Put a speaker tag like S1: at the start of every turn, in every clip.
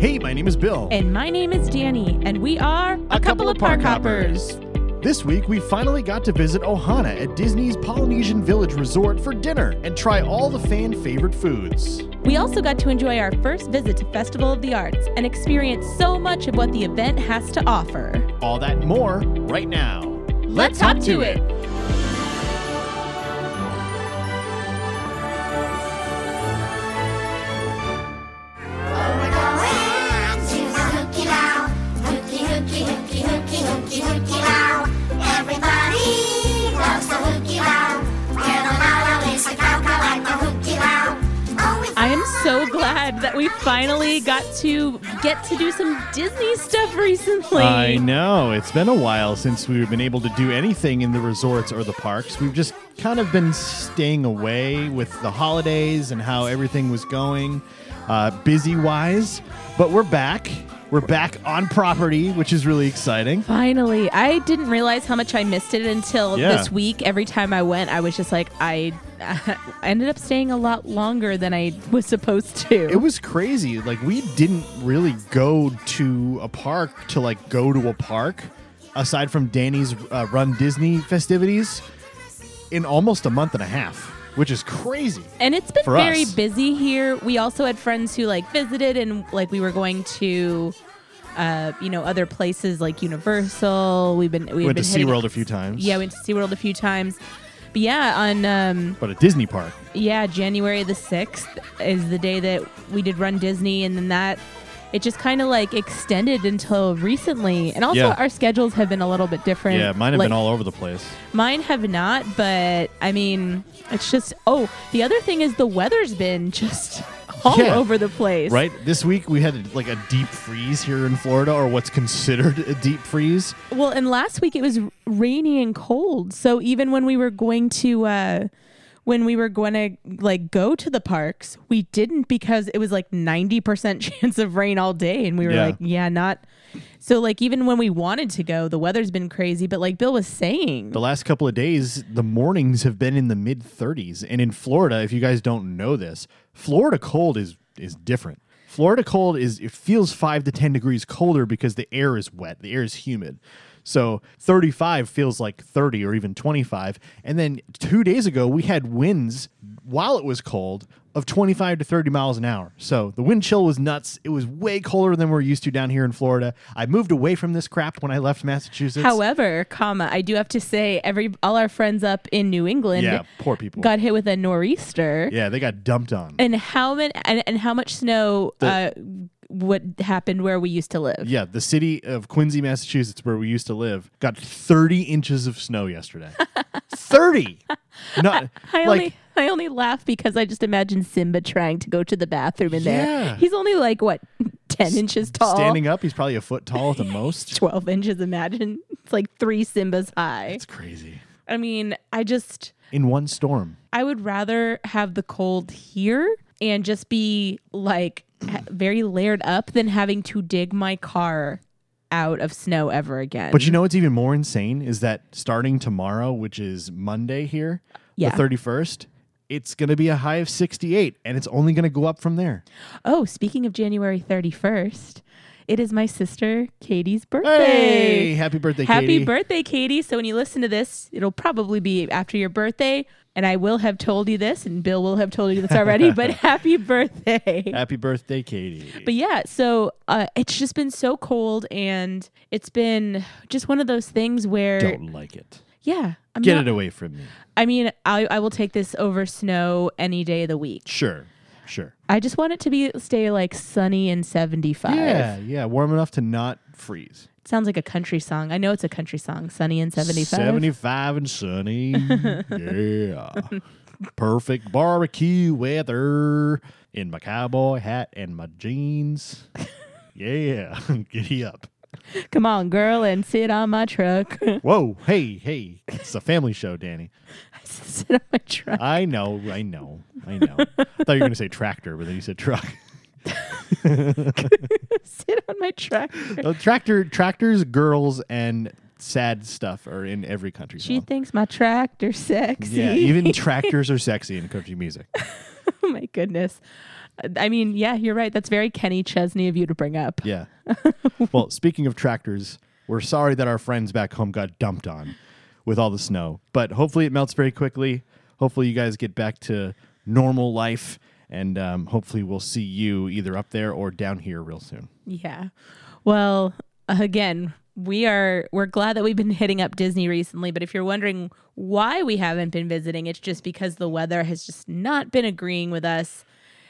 S1: Hey, my name is Bill.
S2: And my name is Danny, and we are a,
S1: couple of park This week, we finally got to visit Ohana at Disney's Polynesian Village Resort for dinner and try all the fan favorite foods.
S2: We also got to enjoy our first visit to Festival of the Arts and experience so much of what the event has to offer.
S1: All that and more right now.
S2: Let's hop to it.
S3: Hooky now, hooky, hooky, hooky, hooky, hooky, hooky now. Everybody loves the hooky now. And the motto is a cow cow like the hooky now. Oh, it's
S2: I am so glad that we finally got to get to do some Disney stuff recently.
S1: I know. It's been a while since we've been able to do anything in the resorts or the parks. We've just kind of been staying away with the holidays and how everything was going, uh, busy wise. But we're back. We're back on property, which is really exciting.
S2: Finally, I didn't realize how much I missed it until
S1: Yeah.
S2: this week. Every time I went, I was just like, I, I ended up staying a lot longer than I was supposed to.
S1: It was crazy. Like we didn't really go to a park to like go to a park, aside from Danny's uh, Run Disney festivities, in almost a month and a half, which is crazy.
S2: and it's been
S1: for
S2: very
S1: us.
S2: busy here. We also had friends who like visited and like we were going to uh, you know, other places like Universal. We've been we've
S1: We went to
S2: been hitting-
S1: SeaWorld a few times.
S2: Yeah, we went to SeaWorld a few times. But yeah, on um
S1: but a Disney park.
S2: yeah, January the 6th is the day that we did run Disney and then that it just kind of like extended until recently. And also
S1: Yeah.
S2: our schedules have been a little bit different.
S1: Yeah, mine have
S2: Like,
S1: been all over the place.
S2: Mine have not, but I mean, it's just. Oh, the other thing is the weather's been just all
S1: Yeah.
S2: over the place.
S1: Right? This week we had like a deep freeze here in Florida, or what's considered a deep freeze.
S2: Well, and last week it was r- rainy and cold. So even when we were going to. Uh, when we were going to like go to the parks, we didn't because it was like 90% chance of rain all day and we were
S1: Yeah.
S2: like, yeah, not. So like even when we wanted to go, the weather's been crazy, but like Bill was saying,
S1: The last couple of days, the mornings have been in the mid 30s. And in Florida, if you guys don't know this, Florida cold is is different. Florida cold is it feels 5 to 10 degrees colder because the air is wet, the air is humid. So 35 feels like 30 or even 25. And then 2 days ago, we had winds while it was cold of 25 to 30 miles an hour. So the wind chill was nuts. It was way colder than we're used to down here in Florida. I moved away from this crap when I left Massachusetts.
S2: However, comma, I do have to say every all our friends up in New England
S1: Yeah, poor people.
S2: got hit with a nor'easter.
S1: yeah, they got dumped on.
S2: And how many and, and how much snow uh, what happened where we used to live?
S1: Yeah, the city of Quincy, Massachusetts, where we used to live, got 30 inches of snow yesterday. 30. Not
S2: I
S1: like
S2: only I only laugh because I just imagine Simba trying to go to the bathroom in
S1: Yeah.
S2: there. He's only like what 10 inches tall.
S1: standing up, he's probably a foot tall at the most.
S2: 12 inches imagine. It's like 3 Simbas high.
S1: It's crazy.
S2: I mean, I just
S1: In one storm.
S2: I would rather have the cold here and just be like ha- very layered up than having to dig my car out of snow ever again.
S1: But you know what's even more insane is that starting tomorrow, which is Monday here,
S2: Yeah.
S1: the 31st, it's going to be a high of 68 and it's only going to go up from there.
S2: oh, speaking of January 31st, it is my sister Katie's birthday.
S1: Hey, happy birthday,
S2: Happy
S1: Katie.
S2: birthday, Katie. So when you listen to this, it'll probably be after your birthday. And I will have told you this, and Bill will have told you this already, but happy birthday.
S1: Happy birthday, Katie.
S2: But yeah, so uh, it's just been so cold, and it's been just one of those things where,
S1: Don't like it.
S2: yeah, I'm
S1: Get
S2: not-
S1: it away from me.
S2: I mean, I, I will take this over snow any day of the week.
S1: Sure. Sure.
S2: I just want it to be stay like sunny and 75.
S1: Yeah, yeah, warm enough to not freeze.
S2: It sounds like a country song. I know it's a country song, sunny and 75.
S1: 75 and sunny. yeah. Perfect barbecue weather in my cowboy hat and my jeans. Yeah, giddy up.
S2: Come on, girl, and sit on my truck.
S1: Whoa, hey, hey. It's a family show, Danny.
S2: sit on my truck.
S1: I know, I know, I know. I thought you were going to say tractor, but then you said truck.
S2: sit on my truck.
S1: Uh, tractor, tractors, girls, and sad stuff are in every country
S2: She
S1: song.
S2: thinks my tractor sexy.
S1: Yeah, even tractors are sexy in country music.
S2: oh my goodness. I mean, yeah, you're right. That's very Kenny Chesney of you to bring up.
S1: Yeah. well, speaking of tractors, we're sorry that our friends back home got dumped on with all the snow, but hopefully it melts very quickly. Hopefully you guys get back to normal life, and um, hopefully we'll see you either up there or down here real soon.
S2: Yeah. Well, again, we are we're glad that we've been hitting up Disney recently, but if you're wondering why we haven't been visiting, it's just because the weather has just not been agreeing with us.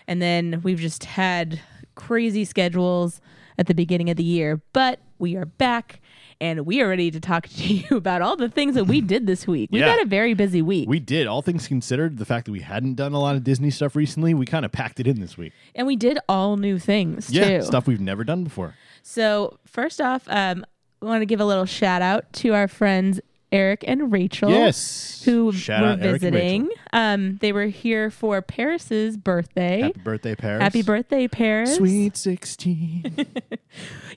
S2: And then we've just had crazy schedules at the beginning of the year, but we are back and we are ready to talk to you about all the things that we did this week. We've
S1: Yeah.
S2: had a very busy week.
S1: We did, all things considered, the fact that we hadn't done a lot of Disney stuff recently, we kind of packed it in this week.
S2: and we did all new things
S1: Yeah,
S2: too.
S1: stuff we've never done before.
S2: So first off, um, we want to give a little shout out to our friends Eric and Rachel.
S1: Yes.
S2: Oh, Who
S1: Shout
S2: were
S1: out Eric and Rachel.
S2: visiting. Um, they were here for Paris's birthday.
S1: Happy birthday, Paris.
S2: Happy birthday, Paris.
S1: Sweet 16.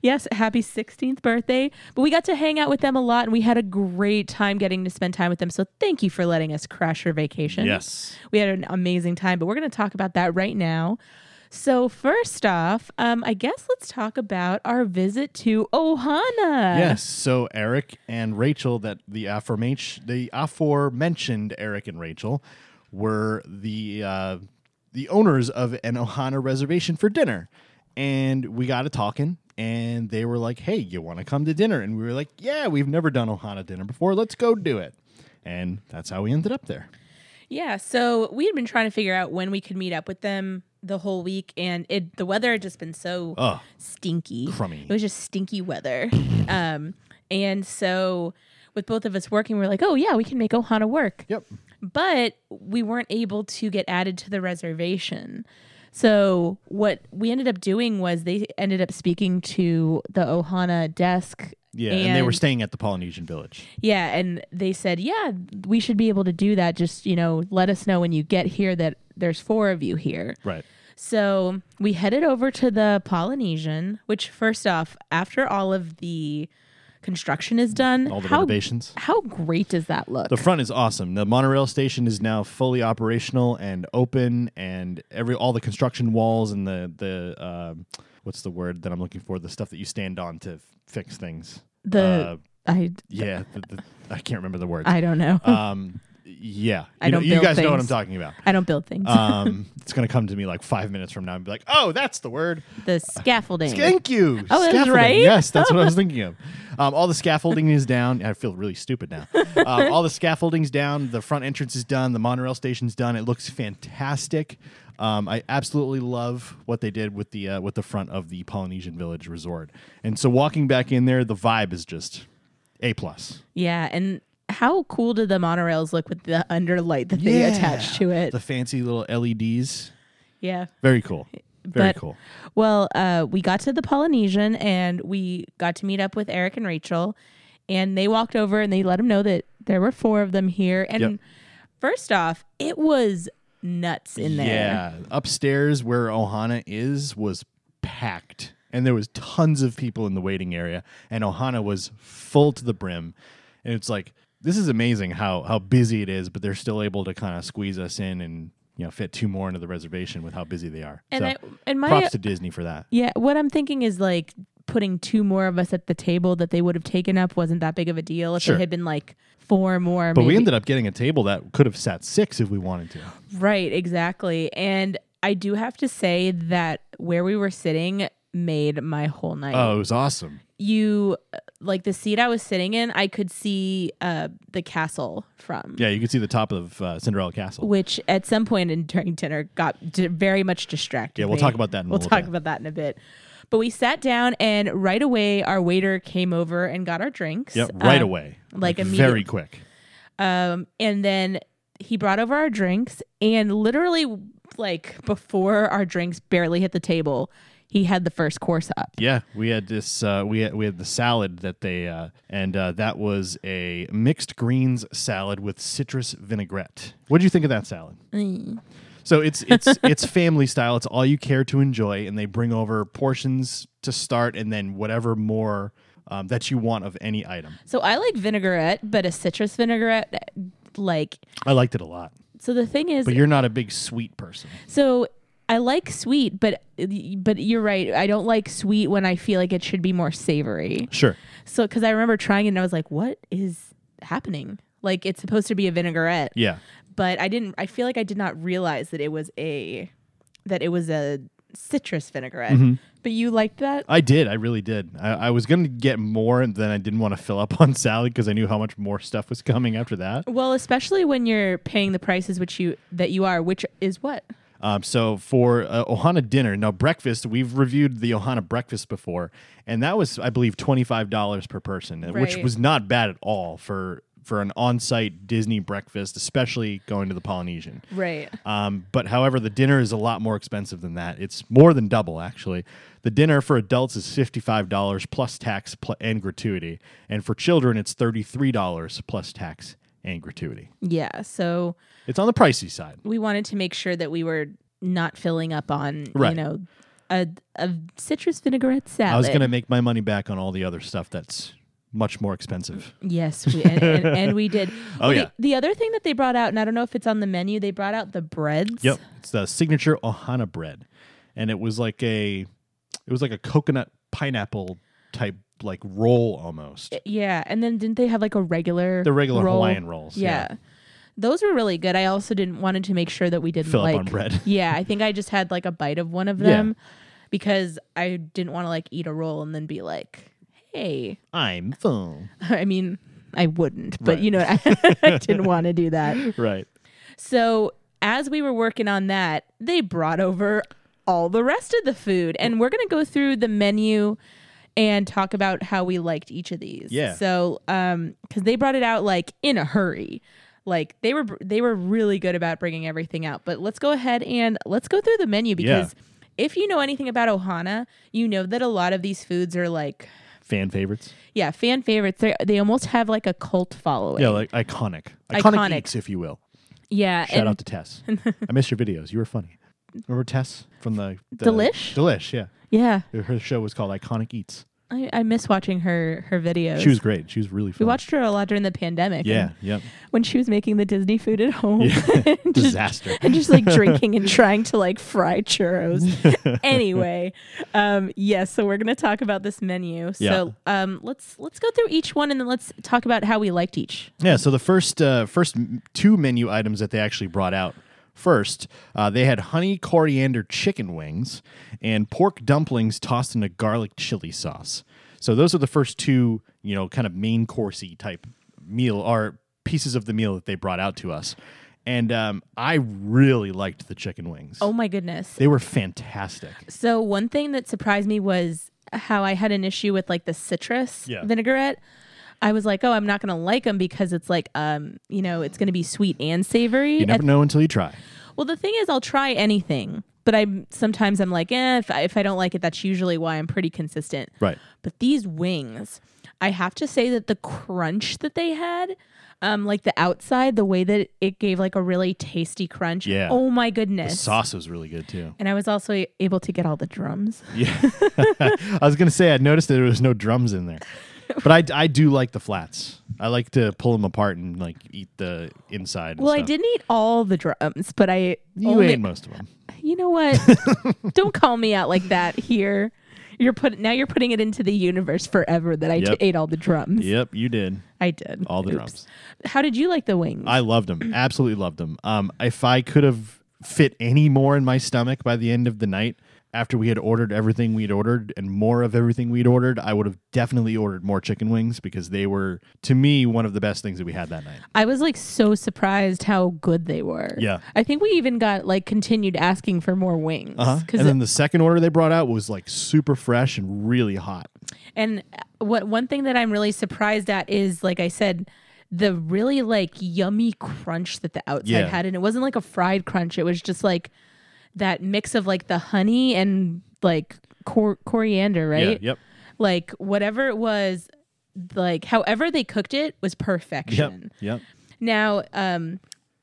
S2: Yes, happy 16th birthday. But we got to hang out with them a lot and we had a great time getting to spend time with them. So thank you for letting us crash your vacation.
S1: yes.
S2: We had an amazing time, but we're going to talk about that right now. So, first off, um, I guess let's talk about our visit to Ohana.
S1: Yes. So Eric and Rachel, that the aforementioned, the aforementioned Eric and Rachel, were the uh, the owners of an Ohana reservation for dinner, and we got to talking, and they were like, "Hey, you want to come to dinner?" And we were like, "Yeah, we've never done Ohana dinner before. Let's go do it." And that's how we ended up there.
S2: Yeah, so we had been trying to figure out when we could meet up with them the whole week, and it the weather had just been so
S1: Oh,
S2: stinky,
S1: crummy.
S2: It was just stinky weather, um, and so with both of us working, we are like, oh yeah, we can make Ohana work,
S1: yep.
S2: but we weren't able to get added to the reservation. So what we ended up doing was they ended up speaking to the Ohana desk.
S1: Yeah, and, they were staying at the Polynesian Village.
S2: Yeah, and they said, "Yeah, we should be able to do that. Just, you know, let us know when you get here that there's four of you here."
S1: Right.
S2: So, we headed over to the Polynesian, which first off, after all of the construction is done,
S1: All the
S2: how
S1: renovations.
S2: how great does that look?
S1: The front is awesome. The monorail station is now fully operational and open, and every all the construction walls and the the um what's the word that I'm looking for? The stuff that you stand on to f- fix things. Uh,
S2: The- I
S1: yeah, the, the, I can't remember the words.
S2: I don't know.
S1: um, yeah, you,
S2: I don't
S1: know, you
S2: build
S1: guys know what I'm
S2: things.
S1: talking about.
S2: I don't build things.
S1: Um, it's gonna come to me like five minutes from now and be like, "Oh, that's the word."
S2: the scaffolding.
S1: Thank you.
S2: Oh, that's
S1: Scaffolding.
S2: right?
S1: Yes, that's what I was thinking of. Um, all the scaffolding is down. I feel really stupid now. Um, all the scaffolding's down. The front entrance is done. The monorail station's done. It looks fantastic. Um, I absolutely love what they did with the uh, with the front of the Polynesian Village Resort. And so walking back in there, the vibe is just a plus.
S2: yeah, and how cool did the monorails look with the underlight that they attached to it?
S1: The fancy little LEDs.
S2: yeah.
S1: Very cool. Very
S2: But-
S1: cool.
S2: Well, uh, we got to the Polynesian and we got to meet up with Eric and Rachel, and they walked over and they let him know that there were four of them here. And
S1: Yep.
S2: first off, it was nuts in there.
S1: Yeah, upstairs where Ohana is was packed, and there was tons of people in the waiting area, and Ohana was full to the brim, and it's like this is amazing how how busy it is, but they're still able to kind of squeeze us in and you know fit two more into the reservation with how busy they are.
S2: And
S1: so,
S2: I and my
S1: props to Disney for that.
S2: yeah, what I'm thinking is like putting two more of us at the table that they would have taken up wasn't that big of a deal if
S1: Sure.
S2: it had been like four more.
S1: But we ended up getting a table that could have sat six if we wanted to.
S2: Right, exactly. And I do have to say that where we were sitting made my whole night.
S1: Oh, it was awesome.
S2: You like the seat I was sitting in, I could see uh the castle from.
S1: Yeah, you could see the top of uh, Cinderella Castle.
S2: Which at some point in during dinner got d- very much distracted.
S1: Yeah, we'll
S2: me.
S1: talk about that in a
S2: we'll
S1: little
S2: talk
S1: bit.
S2: about that in a bit. But we sat down, and right away our waiter came over and got our drinks.
S1: Yep, right
S2: Um,
S1: away.
S2: like
S1: very
S2: immediate-
S1: quick.
S2: um, and then he brought over our drinks, and literally, like before our drinks barely hit the table, he had the first course up.
S1: Yeah, we had this. Uh, we had we had the salad that they uh, and uh, that was a mixed greens salad with citrus vinaigrette. What do you think of that salad? So it's it's it's family style. It's all you care to enjoy, and they bring over portions to start, and then whatever more um, that you want of any item.
S2: So I like vinaigrette, but a citrus vinaigrette, like
S1: I liked it a lot,
S2: so. The thing is,
S1: but you're not a big sweet person.
S2: so I like sweet, but but you're right. I don't like sweet when I feel like it should be more savory.
S1: Sure.
S2: So because I remember trying it and I was like, what is happening? Like it's supposed to be a vinaigrette,
S1: Yeah.
S2: but I didn't. I feel like I did not realize that it was a that it was a citrus vinaigrette. But you liked that.
S1: I did. I really did. I, I was going to get more, and then I didn't want to fill up on salad because I knew how much more stuff was coming after that.
S2: Well, especially when you're paying the prices which you that you are, which is what
S1: Um, so for uh, Ohana dinner, now breakfast, we've reviewed the Ohana breakfast before, and that was, I believe, twenty five dollars per person, uh, which
S2: Right.
S1: was not bad at all for for an on site Disney breakfast, especially going to the Polynesian.
S2: right.
S1: Um, but however, the dinner is a lot more expensive than that. It's more than double, actually. The dinner for adults is $55 plus tax pl- and gratuity. And for children, it's $33 plus tax and gratuity.
S2: Yeah. So
S1: It's on the pricey side.
S2: we wanted to make sure that we were not filling up on
S1: Right.
S2: you know a, a citrus vinaigrette salad.
S1: I was going to make my money back on all the other stuff that's much more expensive.
S2: Yes, we, and, and, and we did.
S1: Oh,
S2: the,
S1: yeah.
S2: The other thing that they brought out, and I don't know if it's on the menu, they brought out the breads.
S1: Yep. It's the signature Ohana bread. And it was like a it was like a coconut pineapple type like roll almost.
S2: Yeah, and then didn't they have like a regular
S1: The regular
S2: roll?
S1: Hawaiian rolls.
S2: Yeah. Those were really good. I also didn't wanted to make sure that we didn't
S1: Fill up
S2: like
S1: on bread.
S2: Yeah, I think I just had like a bite of one of
S1: Yeah.
S2: them because I didn't want to like eat a roll and then be like, "Hey,
S1: I'm full.
S2: I mean, I wouldn't, but
S1: Right.
S2: you know, I, I didn't want to do that.
S1: Right.
S2: So as we were working on that, they brought over all the rest of the food, and we're gonna go through the menu and talk about how we liked each of these.
S1: Yeah.
S2: So, um, because they brought it out like in a hurry. Like they were, they were really good about bringing everything out. But let's go ahead and let's go through the menu because if you know anything about Ohana, you know that a lot of these foods are like
S1: Fan favorites.
S2: yeah, fan favorites. They they almost have like a cult following.
S1: Yeah, like iconic. Iconic,
S2: Iconic.
S1: eats, if you will.
S2: yeah.
S1: Shout
S2: and
S1: out to Tess. I miss your videos. You were funny. Remember Tess from the, the
S2: Delish?
S1: Delish, yeah.
S2: yeah,
S1: Her show was called Iconic Eats.
S2: I, I miss watching her her videos.
S1: She was great. She was really
S2: we
S1: funny.
S2: watched her a lot during the pandemic.
S1: Yeah,
S2: and
S1: yep.
S2: when she was making the Disney food at home.
S1: Yeah.
S2: and just-
S1: Disaster.
S2: and just like drinking and trying to like fry churros. anyway, um, yes. so we're gonna talk about this menu. So um, let's let's go through each one and then let's talk about how we liked each.
S1: Yeah, so the first uh, first m- two menu items that they actually brought out. First, uh, they had honey coriander chicken wings and pork dumplings tossed in a garlic chili sauce. So those are the first two, you know, kind of main coursey type meal or pieces of the meal that they brought out to us. And um, I really liked the chicken wings.
S2: Oh my goodness.
S1: They were fantastic.
S2: So one thing that surprised me was how I had an issue with like the citrus
S1: Yeah.
S2: vinaigrette. I was like, oh, I'm not gonna like them because it's like, um, you know, it's gonna be sweet and savory.
S1: You never
S2: And-
S1: know until you try.
S2: well, the thing is, I'll try anything, but I sometimes I'm like, eh, if I, if I don't like it, that's usually why I'm pretty consistent.
S1: Right.
S2: But these wings, I have to say that the crunch that they had, um, like the outside, the way that it gave like a really tasty crunch.
S1: Yeah.
S2: Oh my goodness.
S1: Sauce was really good too.
S2: And I was also able to get all the drums.
S1: Yeah. I was going to say, I noticed that there was no drums in there. But I, I do like the flats. I like to pull them apart and like eat the inside. and
S2: Well, I
S1: stuff.
S2: didn't eat all the drums, but I
S1: You
S2: only,
S1: ate most of them.
S2: You know what? Don't call me out like that here. You're put now you're putting it into the universe forever that I
S1: Yep.
S2: ate all the drums.
S1: Yep, you did.
S2: I did.
S1: All the
S2: Oops.
S1: drums.
S2: How did you like the wings?
S1: I loved them. Absolutely loved them. Um, if I could have fit any more in my stomach by the end of the night, after we had ordered everything we'd ordered and more of everything we'd ordered, I would have definitely ordered more chicken wings because they were, to me, one of the best things that we had that night.
S2: I was like so surprised how good they were.
S1: Yeah.
S2: I think we even got like continued asking for more wings
S1: Uh-huh.
S2: because
S1: And then the second order they brought out was like super fresh and really hot.
S2: And uh, what one thing that I'm really surprised at is, like I said, the really like yummy crunch that the outside
S1: Yeah.
S2: had, and it wasn't like a fried crunch. It was just like that mix of like the honey and like cor- coriander, right?
S1: Yeah, yep.
S2: Like whatever it was, like however they cooked it was perfection.
S1: Yep.
S2: Now, um,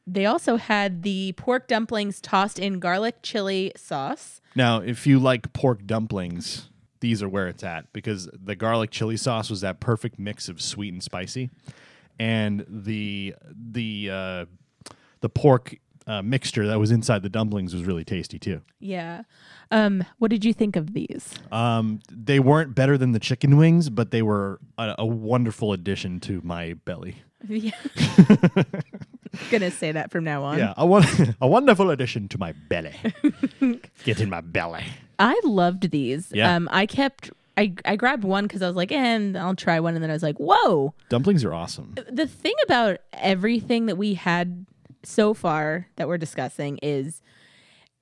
S2: they also had the pork dumplings tossed in garlic chili sauce.
S1: Now, if you like pork dumplings, these are where it's at because the garlic chili sauce was that perfect mix of sweet and spicy, and the the uh, the pork uh, mixture that was inside the dumplings was really tasty too.
S2: Yeah. Um, what did you think of these?
S1: Um, they weren't better than the chicken wings, but they were a, a wonderful addition to my belly.
S2: Yeah. Gonna say that from now on.
S1: Yeah, a, won- a wonderful addition to my belly. Get in my belly.
S2: I loved these.
S1: Yeah.
S2: Um, I kept. I, I grabbed one because I was like, "Eh," and I'll try one, and then I was like, whoa.
S1: Dumplings are awesome.
S2: The thing about everything that we had so far that we're discussing is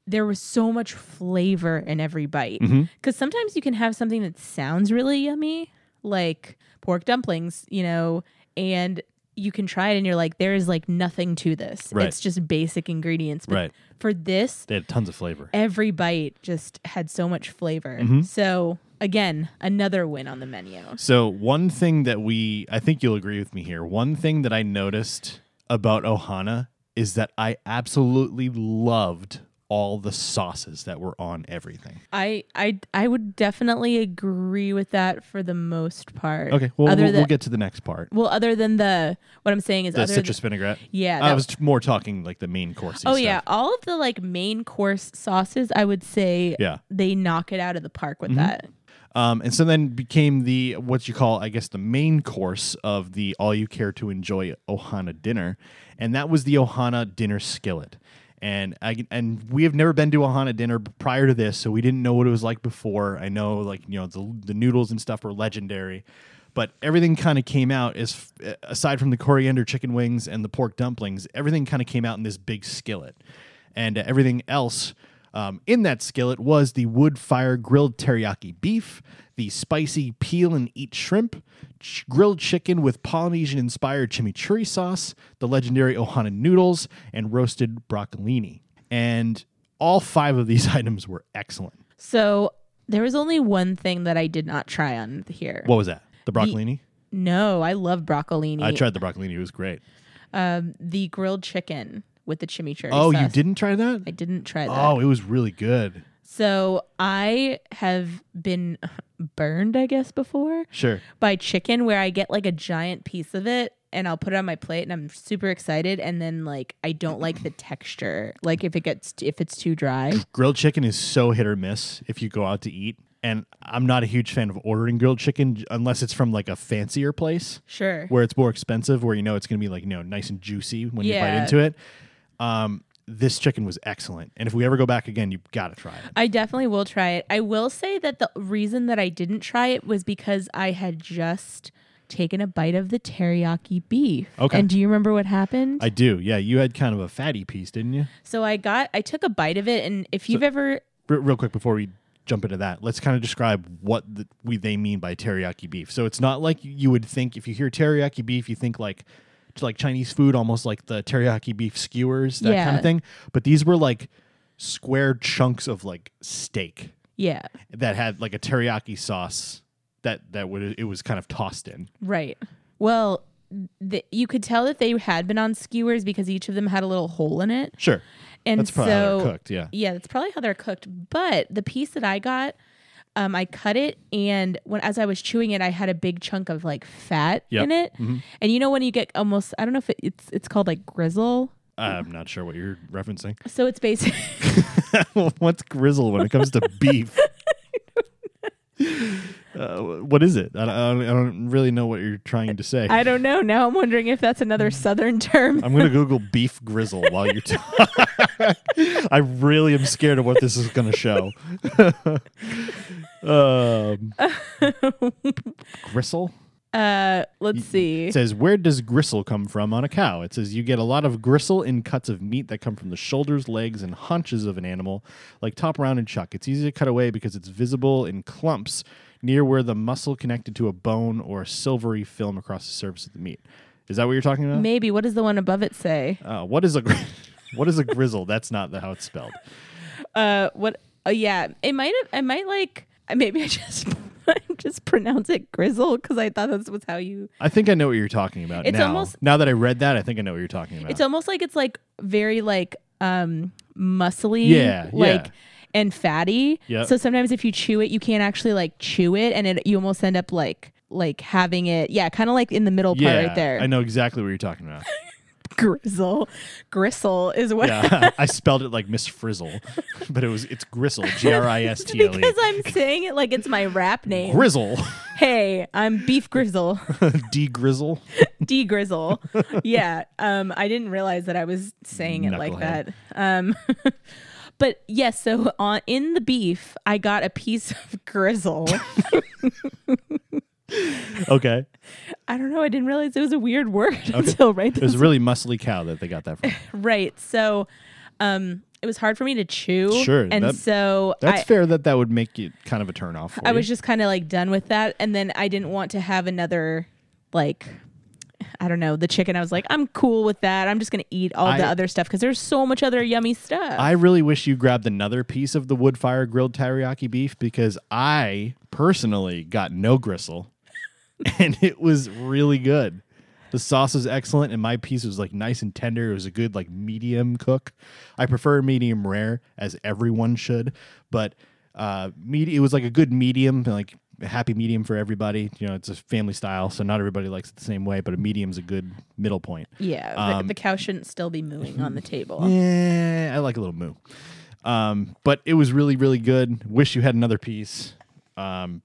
S2: there was so much flavor in every bite.
S1: Mm-hmm.
S2: Because sometimes you can have something that sounds really yummy, like pork dumplings, you know, and you can try it and you're like, there is like nothing to this.
S1: Right.
S2: It's just basic ingredients. But
S1: Right.
S2: for this,
S1: They had tons of flavor.
S2: every bite just had so much flavor.
S1: Mm-hmm.
S2: So again, another win on the menu.
S1: So one thing that we, I think you'll agree with me here. One thing that I noticed about Ohana is that I absolutely loved all the sauces that were on everything.
S2: I I I would definitely agree with that for the most part.
S1: Okay, well,
S2: other
S1: we'll,
S2: than
S1: we'll get to the next part.
S2: well, other than the what I'm saying is
S1: The
S2: other
S1: citrus
S2: Than,
S1: vinaigrette.
S2: yeah.
S1: I
S2: that-
S1: was t- more talking like the main course.
S2: oh yeah, all of the like main course sauces, I would say
S1: Yeah. Mm-hmm.
S2: they knock it out of the park with that.
S1: Um, and so then became the what you call, I guess, the main course of the all you care to enjoy Ohana dinner, and that was the Ohana dinner skillet. And I, and we have never been to Ohana dinner prior to this, so we didn't know what it was like before. I know, like you know, the, the noodles and stuff were legendary, but everything kind of came out as f- aside from the coriander chicken wings and the pork dumplings, everything kind of came out in this big skillet, and uh, everything else um, in that skillet was the wood fire grilled teriyaki beef, the spicy peel and eat shrimp, ch- grilled chicken with Polynesian inspired chimichurri sauce, the legendary Ohana noodles, and roasted broccolini. And all five of these items were excellent.
S2: So there was only one thing that I did not try on here.
S1: What was that? The broccolini?
S2: no, I love broccolini.
S1: I tried the broccolini. It was great.
S2: um, the grilled chicken with the chimichurri.
S1: Oh, you
S2: sauce.
S1: didn't try that?
S2: I didn't try that.
S1: Oh, it was really good.
S2: So I have been burned, I guess, before
S1: Sure.
S2: by chicken where I get like a giant piece of it and I'll put it on my plate and I'm super excited and then like I don't like the texture. Like if it gets if it's too dry.
S1: Grilled chicken is so hit or miss if you go out to eat. And I'm not a huge fan of ordering grilled chicken j- unless it's from like a fancier place
S2: Sure.
S1: where it's more expensive, where you know it's going to be like, you know, nice and juicy when you bite
S2: Yeah.
S1: into it. Um, this chicken was excellent. And if we ever go back again, you've got to try it.
S2: I definitely will try it. I will say that the reason that I didn't try it was because I had just taken a bite of the teriyaki beef.
S1: Okay.
S2: And do you remember what happened?
S1: I do. Yeah. You had kind of a fatty piece, didn't you?
S2: so I got I took a bite of it and if you've ever
S1: R- real quick before we jump into that, let's kind of describe what the, we they mean by teriyaki beef. So it's not like you would think if you hear teriyaki beef, you think like it's like Chinese food, almost like the teriyaki beef skewers, that kind
S2: Yeah.
S1: of thing. But these were like square chunks of like steak
S2: Yeah.
S1: that had like a teriyaki sauce that that would it was kind of tossed in.
S2: Right. Well, th- you could tell that they had been on skewers because each of them had a little hole in it.
S1: Sure,
S2: And
S1: that's probably
S2: so,
S1: how they're cooked. Yeah,
S2: Yeah, that's probably how they're cooked. But the piece that I got, um, I cut it, and when as I was chewing it, I had a big chunk of like fat
S1: Yep. Mm-hmm.
S2: in it. And you know when you get almost, I don't know if it, it's it's called like grizzle.
S1: I'm not sure what you're referencing.
S2: So it's basic.
S1: What's grizzle when it comes to beef? Uh, what is it? I don't, I, don't, I don't really know what you're trying to say.
S2: I don't know. Now I'm wondering if that's
S1: Mm.
S2: another Southern term.
S1: I'm going to Google beef grizzle while you're talking. I really am scared of what this is going to show. um, gristle?
S2: Uh, let's see.
S1: It says, Where does gristle come from on a cow? It says, You get a lot of gristle in cuts of meat that come from the shoulders, legs, and haunches of an animal, like top, round, and chuck. It's easy to cut away because it's visible in clumps near where the muscle connected to a bone or a silvery film across the surface of the meat. Is that what you're talking about?
S2: Maybe what does the one above it say?
S1: Uh, what is a gr- what is a grizzle? That's not the, how it's spelled.
S2: uh what oh yeah it might have i might like uh, maybe i just I just pronounce it grizzle because i thought this was how you
S1: I think I know what you're talking about
S2: It's
S1: now.
S2: almost-
S1: now that I read that, I think I know what you're talking about.
S2: it's almost like it's like very like um muscly
S1: Yeah,
S2: like
S1: yeah.
S2: and fatty
S1: Yep.
S2: so sometimes if you chew it you can't actually like chew it and it you almost end up like like having it yeah kind of like in the middle part
S1: yeah,
S2: right there
S1: I know exactly what you're talking about.
S2: Grizzle. Gristle is what
S1: Yeah, I spelled it like Miss Frizzle, but it was it's Gristle, G R I S T L E.
S2: because I'm saying it like it's my rap name.
S1: Grizzle,
S2: hey, I'm Beef Grizzle.
S1: D Grizzle.
S2: D Grizzle. yeah. Um, I didn't realize that I was saying it like that.
S1: Knucklehead.
S2: Um, but yes, so on in the beef, I got a piece of grizzle.
S1: Okay,
S2: I don't know. I didn't realize it was a weird word until right.
S1: it was a really muscly cow that they got that from.
S2: Right. So, um, it was hard for me to chew.
S1: Sure,
S2: And
S1: that-
S2: so
S1: That's
S2: I,
S1: fair that that would make it kind of a turnoff. For
S2: I
S1: you.
S2: was just kind of like done with that. And then I didn't want to have another, like, I don't know, the chicken. I was like, I'm cool with that. I'm just going to eat all the
S1: I-
S2: other stuff because there's so much other yummy stuff.
S1: I really wish you grabbed another piece of the wood fire grilled teriyaki beef because I personally got no gristle and it was really good. The sauce was excellent and my piece was like nice and tender. It was a good like medium cook. I prefer medium rare as everyone should, but uh medi- it was like a good medium like a happy medium for everybody. You know, it's a family style, so not everybody likes it the same way, but a medium's a good middle point.
S2: yeah. the,
S1: Um,
S2: the cow shouldn't still be mooing on the table.
S1: Yeah, I like a little moo. Um, but it was really, really good. Wish you had another piece. Um,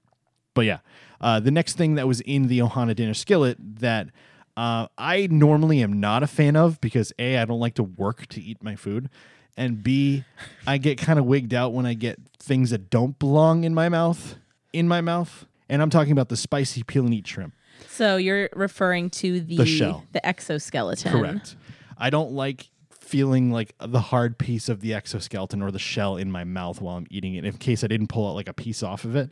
S1: but yeah, uh, the next thing that was in the Ohana dinner skillet that uh, I normally am not a fan of because A, I don't like to work to eat my food. And B, I get kind of wigged out when I get things that don't belong in my mouth, in my mouth. And I'm talking about the spicy peel and eat shrimp.
S2: So you're referring to the,
S1: The shell.
S2: the exoskeleton.
S1: Correct. I don't like feeling like the hard piece of the exoskeleton or the shell in my mouth while I'm eating it in case I didn't pull out like a piece off of it.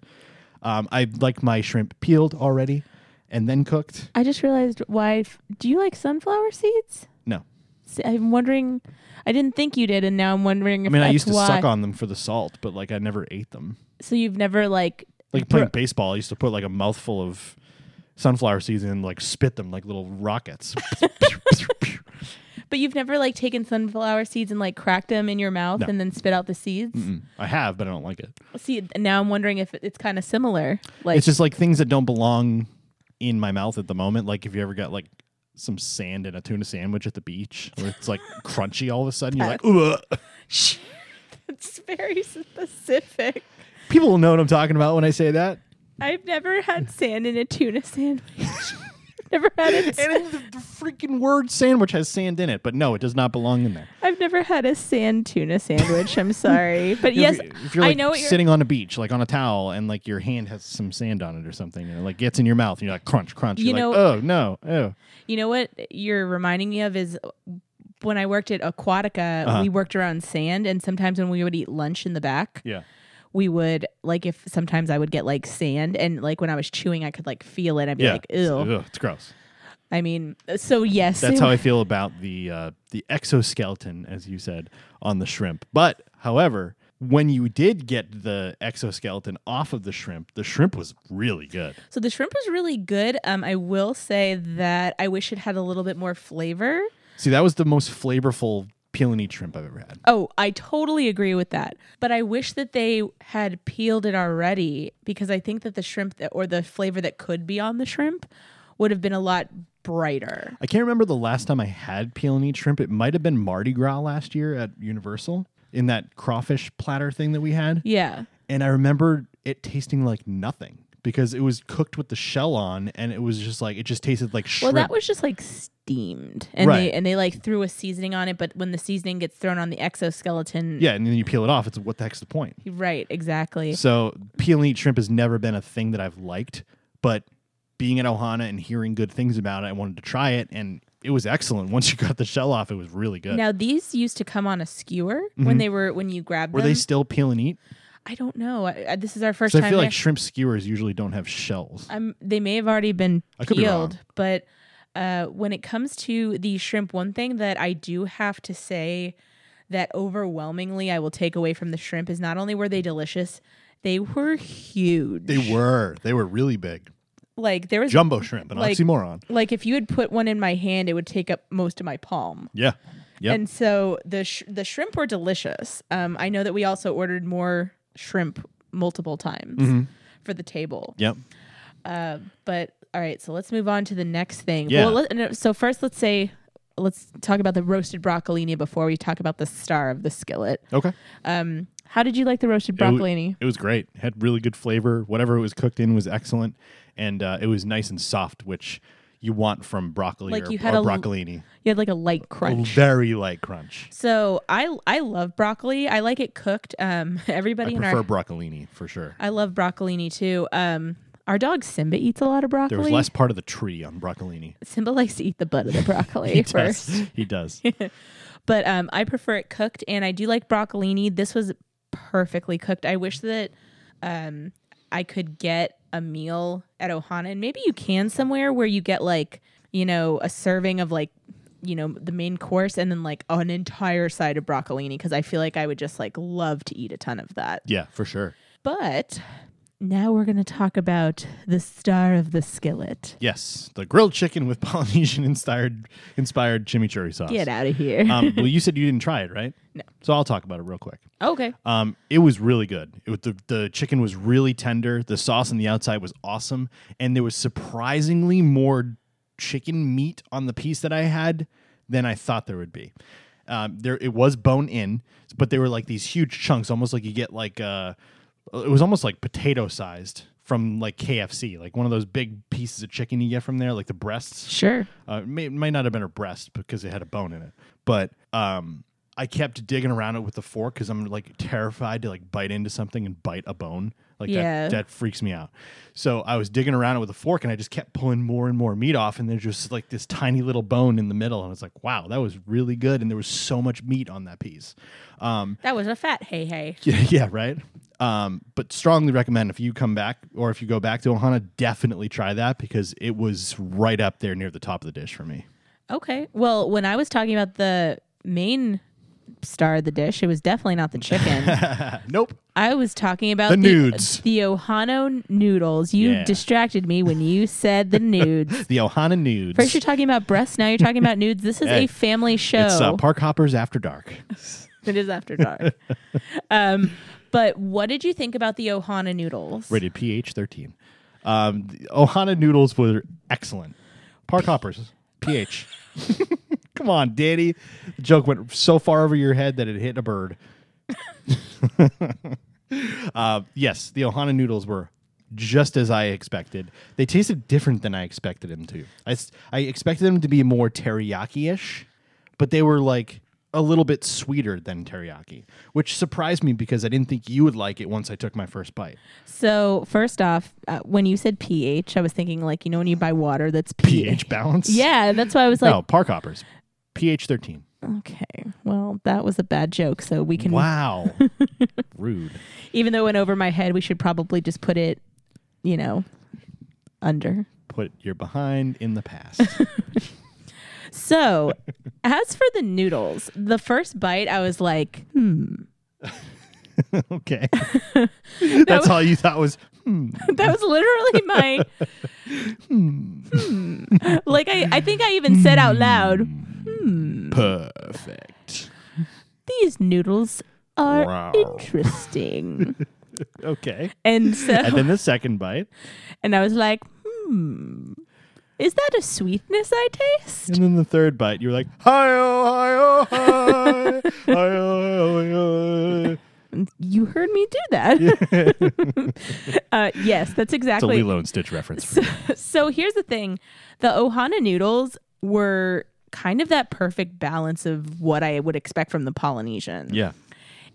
S1: Um, I like my shrimp peeled already and then cooked.
S2: I just realized why. f- Do you like sunflower seeds?
S1: No.
S2: See, I'm wondering. I didn't think you did, and now I'm wondering
S1: I
S2: if
S1: mean, I
S2: that's
S1: used to
S2: why.
S1: suck on them for the salt, but like I never ate them.
S2: So you've never like
S1: Like playing baseball, I used to put like a mouthful of sunflower seeds in and like spit them like little rockets.
S2: But you've never like taken sunflower seeds and like cracked them in your mouth
S1: No.
S2: and then spit out the seeds.
S1: I have, but I don't like it.
S2: See, now I'm wondering if it- it's kind of similar. Like,
S1: it's just like things that don't belong in my mouth at the moment. Like if you ever got like some sand in a tuna sandwich at the beach, where it's like crunchy all of a sudden, you're like, Ugh.
S2: it's very specific.
S1: people will know what I'm talking about when I say that.
S2: I've never had sand in a tuna sandwich. never had it.
S1: And it, the, the freaking word sandwich has sand in it, but no, it does not belong in there.
S2: I've never had a sand tuna sandwich. I'm sorry, but yes,
S1: if, if you're like
S2: I know what you're.
S1: sitting on a beach, like on a towel, and like your hand has some sand on it or something, and it like gets in your mouth, and you're like crunch, crunch.
S2: You
S1: You're
S2: know-
S1: like, oh no, oh
S2: You know what you're reminding me of is when I worked at Aquatica,
S1: Uh-huh.
S2: we worked around sand, and sometimes when we would eat lunch in the back,
S1: yeah.
S2: we would like if sometimes I would get like sand and like when I was chewing I could like feel it. I'd be
S1: Yeah,
S2: like,
S1: It's-
S2: ew.
S1: ugh, it's gross.
S2: I mean, so yes,
S1: That's how I feel about the uh, the exoskeleton, as you said, on the shrimp. But however, when you did get the exoskeleton off of the shrimp, the shrimp was really good.
S2: so the shrimp was really good. Um, I will say that I wish it had a little bit more flavor.
S1: See, that was the most flavorful peel and eat shrimp I've ever had.
S2: Oh, I totally agree with that. But I wish that they had peeled it already because I think that the shrimp that, or the flavor that could be on the shrimp would have been a lot brighter.
S1: I can't remember the last time I had peel and eat shrimp. It might have been Mardi Gras last year at Universal in that crawfish platter thing that we had.
S2: Yeah.
S1: and I remember it tasting like nothing because it was cooked with the shell on, and it was just like it just tasted like
S2: Well,
S1: shrimp.
S2: that was just like steamed, and they
S1: Right.
S2: and they like threw a seasoning on it. But when the seasoning gets thrown on the exoskeleton,
S1: yeah, and then you peel it off. It's what the heck's the point?
S2: right, exactly.
S1: So peel and eat shrimp has never been a thing that I've liked, but being at Ohana and hearing good things about it, I wanted to try it, and it was excellent. Once you got the shell off, it was really good.
S2: Now these used to come on a skewer when they were when you grabbed
S1: Mm-hmm. Were
S2: them.
S1: they still peel and eat?
S2: I don't know. I, I- this is our um, first
S1: So
S2: time. Uh,
S1: I feel
S2: there.
S1: like shrimp skewers usually don't have shells.
S2: I'm, they may have already been
S1: I could be
S2: peeled,
S1: wrong.
S2: but uh, when it comes to the shrimp, one thing that I do have to say that overwhelmingly I will take away from the shrimp is not only were they delicious, they were huge.
S1: were. They were really big.
S2: like there was
S1: Jumbo shrimp, an
S2: Like-
S1: oxymoron.
S2: like if you had put one in my hand it would take up most of my palm
S1: Yeah. Yep.
S2: and so the sh- the shrimp were delicious um i know that we also ordered more shrimp multiple times
S1: Mm-hmm.
S2: for the table
S1: yep.
S2: uh, but all right so let's move on to the next thing
S1: Yeah.
S2: well let, no, so first let's say let's talk about the roasted broccolini before we talk about the star of the skillet.
S1: Okay.
S2: Um, how did you like the roasted
S1: It wa-
S2: broccolini?
S1: It was great. Had really good flavor. Whatever it was cooked in was excellent, and uh, it was nice and soft, which you want from broccoli
S2: Like
S1: or,
S2: you had
S1: or
S2: a l-
S1: broccolini.
S2: You had like a light crunch.
S1: Very light crunch.
S2: So I I love broccoli. I like it cooked. Um, everybody
S1: I
S2: in
S1: prefer
S2: our
S1: broccolini for sure.
S2: I love broccolini too. Um, our dog Simba eats a lot of broccoli.
S1: There was less part of the tree on broccolini.
S2: Simba likes to eat the butt of the broccoli first.
S1: Does. He does.
S2: But um, I prefer it cooked, and I do like broccolini. This was perfectly cooked. I wish that um, I could get a meal at Ohana, and maybe you can somewhere where you get like you know a serving of like you know the main course and then like an entire side of broccolini because I feel like I would just like love to eat a ton of that.
S1: yeah, for sure.
S2: But now we're going to talk about the star of the skillet.
S1: Yes, the grilled chicken with Polynesian inspired inspired chimichurri sauce.
S2: Get out of here.
S1: um, well, you said you didn't try it, right?
S2: No.
S1: So I'll talk about it real quick.
S2: okay.
S1: Um, it was really good. It was the, the chicken was really tender. The sauce on the outside was awesome, and there was surprisingly more chicken meat on the piece that I had than I thought there would be. Um, there it was bone in, but they were like these huge chunks, almost like you get like uh, it was almost like potato sized from like KFC, like one of those big pieces of chicken you get from there, like the breasts.
S2: Sure.
S1: Uh, it may, it might not have been her breast because it had a bone in it. But um, I kept digging around it with the fork because I'm like terrified to like bite into something and bite a bone. Like
S2: Yeah.
S1: that, that freaks me out. So I was digging around it with a fork and I just kept pulling more and more meat off. And there's just like this tiny little bone in the middle. And I was like, wow, that was really good. And there was so much meat on that piece. Um,
S2: That was a fat hey hey.
S1: yeah, yeah, right. Um, but strongly recommend if you come back or if you go back to Ohana, definitely try that because it was right up there near the top of the dish for me.
S2: Okay. Well, when I was talking about the main star of the dish, it was definitely not the chicken.
S1: Nope.
S2: I was talking about
S1: The nudes.
S2: The Ohano noodles. You
S1: Yeah.
S2: distracted me when you said the nudes.
S1: The Ohana Nudes.
S2: First, you're talking about breasts. Now you're talking about nudes. This is
S1: Hey,
S2: a family show.
S1: it's uh, Park Hoppers After Dark.
S2: It is after dark. um, but what did you think about the Ohana noodles?
S1: Rated PH 13. Um, the Ohana Noodles were excellent. Park Hoppers. PH. Come on, Danny. The joke went so far over your head that it hit a bird. uh, yes, the Ohana Noodles were just as I expected. They tasted different than I expected them to. I, s- I expected them to be more teriyaki ish. but they were like a little bit sweeter than teriyaki, which surprised me because I didn't think you would like it once I took my first bite.
S2: So first off, uh, when you said pH, I was thinking like you know when you buy water that's
S1: pH balance?
S2: Yeah, that's why I was like,
S1: no, park hoppers. pH 13.
S2: okay, well that was a bad joke. So we can,
S1: Wow. Rude.
S2: even though it went over my head, we should probably just put it, you know, under.
S1: Put your behind in the past.
S2: So as for the noodles, the first bite I was like, hmm,
S1: okay. That's all you thought was
S2: that was literally my, hmm. like I, I think I even said out loud,
S1: Hmm.
S2: Mm.
S1: perfect.
S2: these noodles are
S1: Wow.
S2: interesting,
S1: Okay.
S2: and so
S1: And then the second bite.
S2: And I was like, hmm, is that a sweetness I taste?
S1: And then the third bite. You were like, hi oh, hi oh, hi. hi oh, hi, oh.
S2: You heard me do that. uh, yes, that's
S1: It's a
S2: exactly.
S1: Lilo and Stitch reference. for you.
S2: So here's the thing the Ohana noodles were kind of that perfect balance of what I would expect from the Polynesian.
S1: Yeah.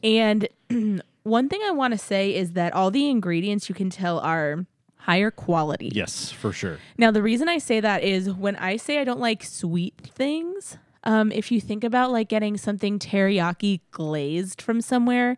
S2: And one thing I want to say is that all the ingredients you can tell are higher quality.
S1: Yes, for sure.
S2: Now, the reason I say that is when I say I don't like sweet things, um, if you think about like getting something teriyaki glazed from somewhere,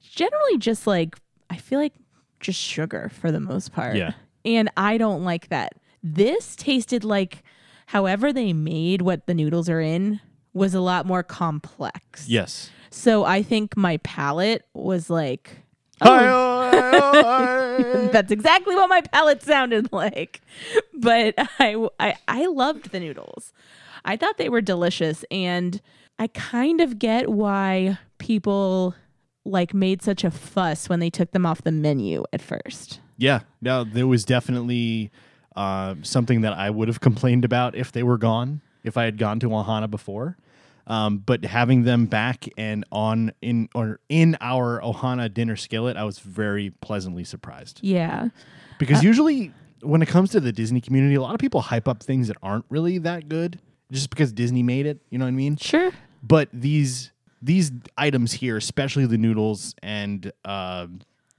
S2: it's generally just like I feel like just sugar for the most part.
S1: Yeah.
S2: And I don't like that. This tasted like however they made what the noodles are in was a lot more complex.
S1: Yes.
S2: So I think my palate was like Oh. That's exactly what my palate sounded like. But I, I, I loved the noodles. I thought they were delicious. And I kind of get why people like made such a fuss when they took them off the menu at first.
S1: yeah. No, there was definitely uh, something that I would have complained about if they were gone. if I had gone to Ohana before. Um, but having them back and on in or in our Ohana dinner skillet, I was very pleasantly surprised.
S2: Yeah.
S1: Because usually when it comes to the Disney community, a lot of people hype up things that aren't really that good just because Disney made it, you know what I mean?
S2: Sure.
S1: But these these items here, especially the noodles and uh,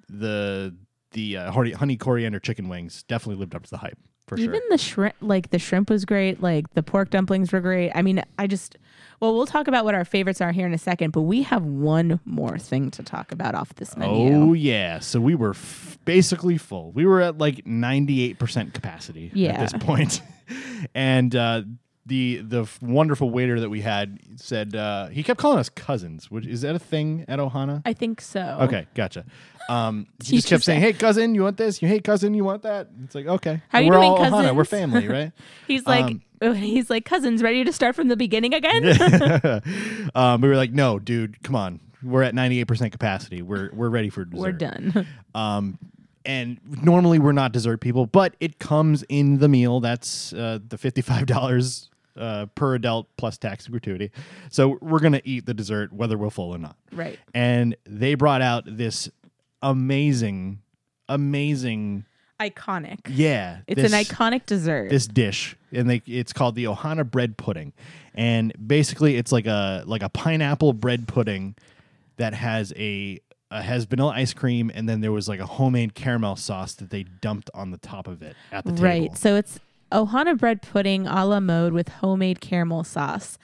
S1: the the uh, honey, honey coriander chicken wings, definitely lived up to the hype for sure.
S2: Even the shrimp, like the shrimp was great. Like the pork dumplings were great. I mean, I just, well, we'll talk about what our favorites are here in a second, but we have one more thing to talk about off this menu.
S1: Oh yeah, so we were f- basically full. We were at like ninety eight percent capacity at
S2: Yeah.
S1: this point, and uh, the the f- wonderful waiter that we had said uh, he kept calling us cousins. Which is that a thing at Ohana?
S2: I think so.
S1: okay, gotcha. Um, he
S2: You
S1: just kept
S2: just
S1: saying, "Hey cousin, you want this? You hey cousin, you want that?" It's like okay,
S2: How you
S1: we're
S2: doing,
S1: all Ohana, we're
S2: cousins?
S1: family, right?
S2: He's like, he's like, cousins, ready to start from the beginning again?
S1: um, we were like, "No, dude, come on." We're at 98% capacity. We're we're ready for dessert.
S2: We're done.
S1: Um, and normally we're not dessert people, but it comes in the meal. That's uh, the fifty-five dollars uh, per adult plus tax and gratuity. So we're gonna eat the dessert whether we're full or not.
S2: Right.
S1: And they brought out this amazing, amazing,
S2: Iconic.
S1: yeah.
S2: It's
S1: this-
S2: an iconic dessert.
S1: This dish, and they it's called the Ohana bread pudding, and basically it's like a like a pineapple bread pudding that has a uh, has vanilla ice cream, and then there was like a homemade caramel sauce that they dumped on the top of it at the
S2: Right.
S1: table.
S2: So it's Ohana bread pudding a la mode with homemade caramel sauce.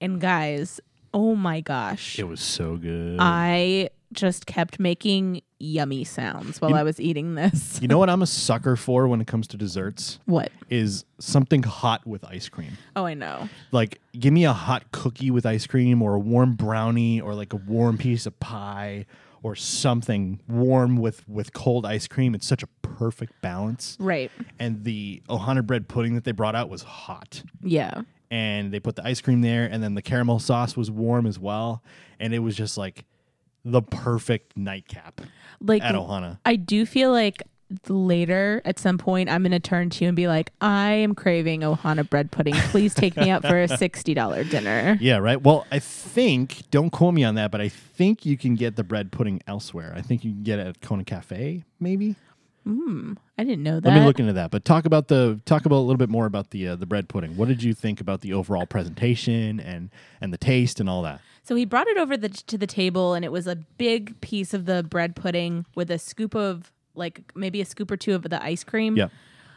S2: And guys, oh my gosh.
S1: It was so good.
S2: Uh, I just kept making yummy sounds while I was eating this.
S1: you know what I'm a sucker for when it comes to desserts
S2: What?
S1: is something hot with ice cream.
S2: Oh, I know.
S1: Like give me a hot cookie with ice cream or a warm brownie or like a warm piece of pie or something warm with with cold ice cream. It's such a perfect balance.
S2: Right.
S1: And the Ohana bread pudding that they brought out was hot.
S2: Yeah.
S1: and they put the ice cream there and then the caramel sauce was warm as well and it was just like the perfect nightcap
S2: Like
S1: at ohana
S2: I do feel like later at some point I'm going to turn to you and be like, "I am craving Ohana bread pudding. Please take me out for a $60 dinner."
S1: yeah right well i think don't quote me on that but i think you can get the bread pudding elsewhere i think you can get it at kona cafe maybe
S2: I didn't know that.
S1: let me look into that but talk about the talk about a little bit more about the uh, the bread pudding what did you think about the overall presentation and and the taste and all that
S2: So he brought it over the, to the table, and it was a big piece of the bread pudding with a scoop of, like, maybe a scoop or two of the ice cream
S1: Yep.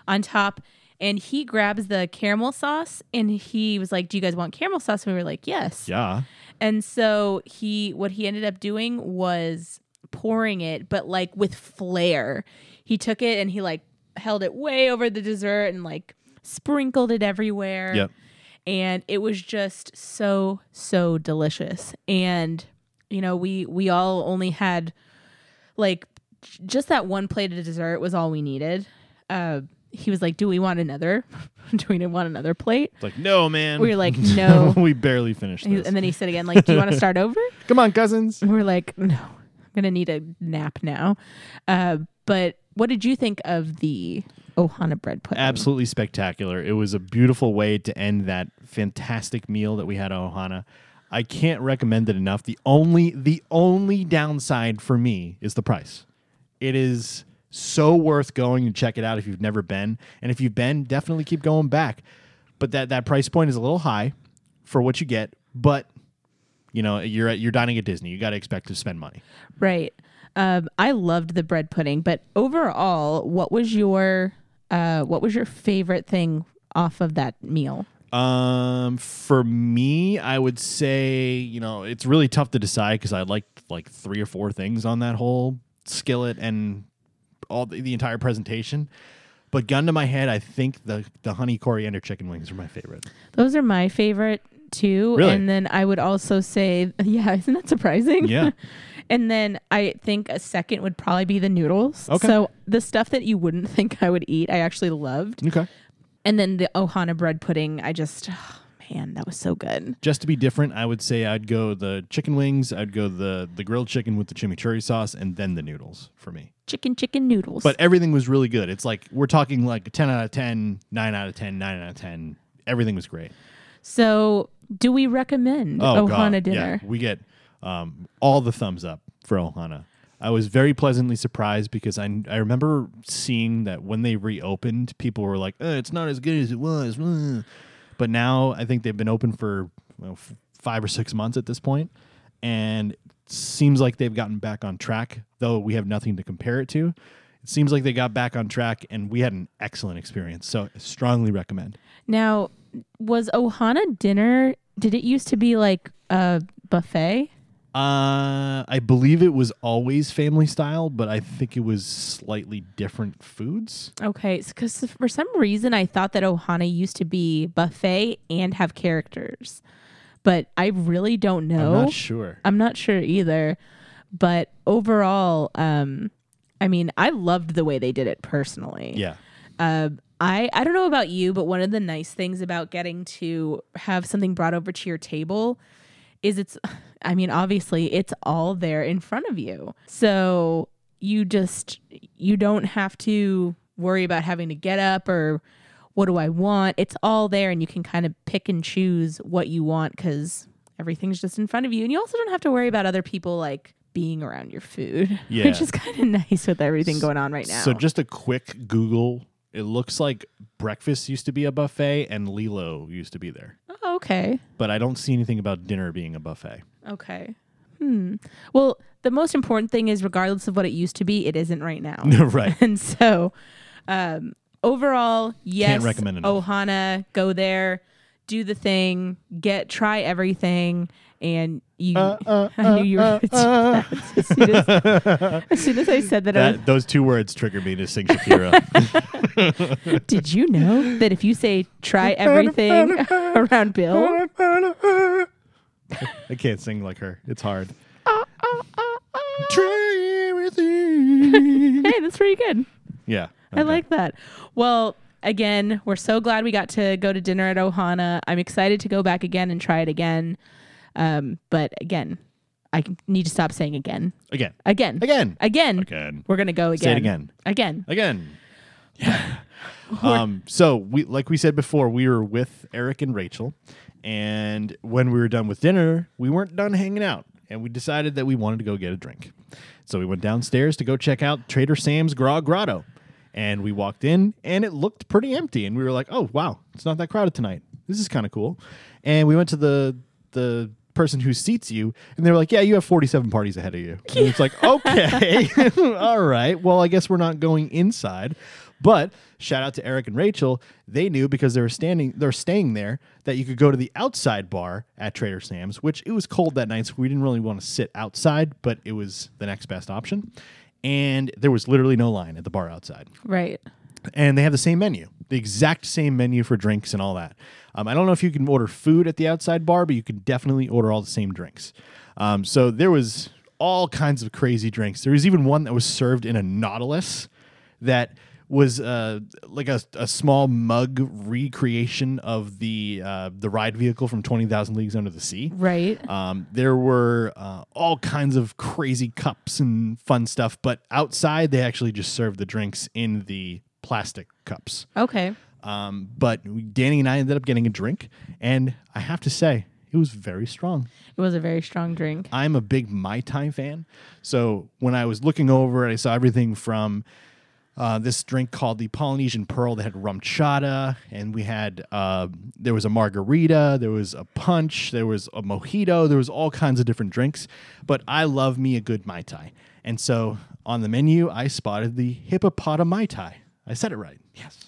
S2: on top. And he grabs the caramel sauce, and he was like, "Do you guys want caramel sauce?" And we were like, "Yes."
S1: yeah
S2: And so he, what he ended up doing was pouring it, but like with flair. He took it and he like held it way over the dessert and like sprinkled it everywhere
S1: yep
S2: and it was just so so delicious and you know we we all only had like j- just that one plate of dessert was all we needed uh he was like do we want another do we want another plate
S1: it's like no man
S2: we were like no
S1: we barely finished
S2: He-
S1: this.
S2: and then he said again like do you want to start over
S1: come on cousins
S2: we we're like no i'm gonna need a nap now uh but what did you think of the ohana bread pudding
S1: absolutely spectacular. It was a beautiful way to end that fantastic meal that we had at Ohana. I can't recommend it enough. The only the only downside for me is the price. It is so worth going and check it out if you've never been, and if you've been, definitely keep going back. But that that price point is a little high for what you get, but you know you're at, you're dining at Disney. You got to expect to spend money.
S2: Right. Um, I loved the bread pudding, but overall, what was your uh, what was your favorite thing off of that meal?
S1: Um, for me, I would say you know it's really tough to decide because I liked like three or four things on that whole skillet and all the, the entire presentation. But gun to my head, I think the the honey coriander chicken wings are my favorite.
S2: Those are my favorite too.
S1: Really?
S2: And then I would also say, yeah, isn't that surprising?
S1: Yeah.
S2: and then I think a second would probably be the noodles.
S1: Okay.
S2: So the stuff that you wouldn't think I would eat, I actually loved.
S1: Okay.
S2: And then the Ohana bread pudding, I just, oh, man, that was so good.
S1: Just to be different, I would say I'd go the chicken wings, I'd go the the grilled chicken with the chimichurri sauce, and then the noodles for me.
S2: Chicken, chicken noodles.
S1: But everything was really good. It's like we're talking like 10 out of 10, 9 out of 10, 9 out of 10. Everything was great.
S2: So, do we recommend
S1: Oh,
S2: Ohana
S1: God.
S2: dinner?
S1: Yeah, we get um, all the thumbs up for Ohana. I was very pleasantly surprised because I, I remember seeing that when they reopened, people were like, eh, it's not as good as it was. mm." But now I think they've been open for well, f- five or six months at this point, and it seems like they've gotten back on track, though we have nothing to compare it to. It seems like they got back on track, and we had an excellent experience. So, strongly recommend.
S2: Now, was Ohana dinner? Did it used to be like a buffet?
S1: Uh, I believe it was always family style, but I think it was slightly different foods.
S2: Okay, because for some reason I thought that Ohana used to be buffet and have characters, but I really don't know.
S1: I'm not sure.
S2: I'm not sure either. But overall, um, I mean, I loved the way they did it personally.
S1: Yeah.
S2: Um, I I don't know about you, but one of the nice things about getting to have something brought over to your table is it's I mean, obviously it's all there in front of you. So you just you don't have to worry about having to get up or what do I want? It's all there and you can kind of pick and choose what you want cuz everything's just in front of you and you also don't have to worry about other people like being around your food,
S1: Yeah.
S2: which is kind of nice with everything going on right now.
S1: So just a quick Google. It looks like breakfast used to be a buffet and Lilo used to be there,
S2: Oh, okay.
S1: but I don't see anything about dinner being a buffet.
S2: Okay. Hmm. Well, the most important thing is, regardless of what it used to be, it isn't right now.
S1: right.
S2: and so, um, overall, yes,
S1: recommend enough.
S2: Ohana, go there, do the thing, get try everything, and you. I knew you were gonna do that. as, soon as, as soon as I said that, I was,
S1: That, those two words trigger me to sing Shakira.
S2: did you know that if you say try everything around Bill,
S1: I can't sing like her. It's hard. Try everything.
S2: hey, that's pretty good.
S1: yeah.
S2: I
S1: okay.
S2: like that. Well, again, we're so glad we got to go to dinner at Ohana. I'm excited to go back again and try it again. Um, but again, I can- need to stop saying again.
S1: again.
S2: Again.
S1: Again.
S2: Again.
S1: Again.
S2: We're going to go
S1: Say
S2: again.
S1: it again.
S2: Again.
S1: Again. um, so we like we said before, we were with Eric and Rachel, and when we were done with dinner, we weren't done hanging out, and we decided that we wanted to go get a drink. So we went downstairs to go check out Trader Sam's Grog Grotto. And we walked in and it looked pretty empty. And we were like, oh wow, it's not that crowded tonight. This is kind of cool. And we went to the the person who seats you and they were like, Yeah, you have forty seven parties ahead of you. And it's like, okay. All right. Well, I guess we're not going inside. But shout out to Eric and Rachel. They knew because they were standing they're staying there that you could go to the outside bar at Trader Sam's, which it was cold that night, so we didn't really want to sit outside, but it was the next best option. And there was literally no line at the bar outside
S2: Right.
S1: and they have the same menu, the exact same menu for drinks and all that. Um, I don't know if you can order food at the outside bar, but you can definitely order all the same drinks. Um, so there was all kinds of crazy drinks. There was even one that was served in a Nautilus that was uh, like a, a small mug recreation of the uh, the ride vehicle from Twenty Thousand Leagues Under the Sea.
S2: Right.
S1: Um, there were uh, all kinds of crazy cups and fun stuff, but outside they actually just served the drinks in the plastic cups.
S2: Okay.
S1: Um, but Danny and I ended up getting a drink, and I have to say, it was very strong.
S2: It was a very strong drink.
S1: I'm a big Mai Tai fan. So when I was looking over, I saw everything from uh, this drink called the Polynesian Pearl that had rum chata, and we had uh, there was a margarita, there was a punch, there was a mojito, there was all kinds of different drinks. But I love me a good Mai Tai, and so on the menu I spotted the hippopotami Mai Tai. I said it right. Yes.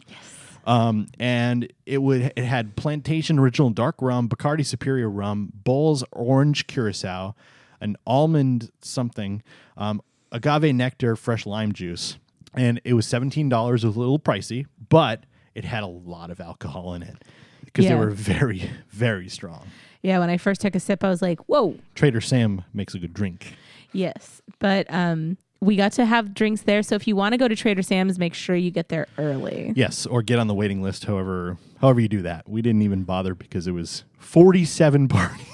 S1: Um, and it would it had plantation original dark rum, Bacardi Superior rum, Bowls orange curacao, an almond something, um, agave nectar, fresh lime juice, and it was seventeen dollars. Was a little pricey, but it had a lot of alcohol in it because
S2: Yeah.
S1: they were very very strong.
S2: Yeah. When I first took a sip, I was like, whoa.
S1: Trader Sam makes a good drink.
S2: Yes. But um, we got to have drinks there. So if you want to go to Trader Sam's, make sure you get there early.
S1: Yes, or get on the waiting list. However, however you do that, we didn't even bother because it was forty-seven parties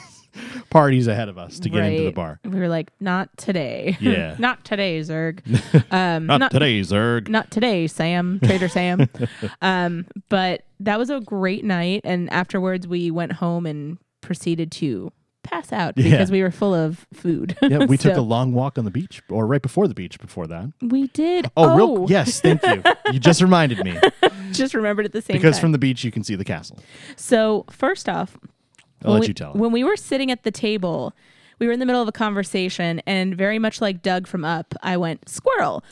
S1: parties ahead of us to get into the
S2: Right.
S1: bar.
S2: We were like, not today.
S1: Yeah.
S2: not today, Zerg. Um,
S1: Not, today, Zerg.
S2: not today, Sam, Trader Sam. Um, but that was a great night. And afterwards, we went home and proceeded to pass out
S1: Yeah.
S2: because we were full of food.
S1: yeah, we took a
S2: So-
S1: long walk on the beach, or right before the beach. Before that.
S2: We did.
S1: Oh, real yes, thank you. You just reminded me
S2: Just remembered at the same
S1: because
S2: time.
S1: from the beach you can see the castle.
S2: so first off,
S1: I'll
S2: when
S1: let
S2: we-
S1: you tell. it.
S2: When we were sitting at the table, we were in the middle of a conversation, and very much like Doug from Up, I went squirrel,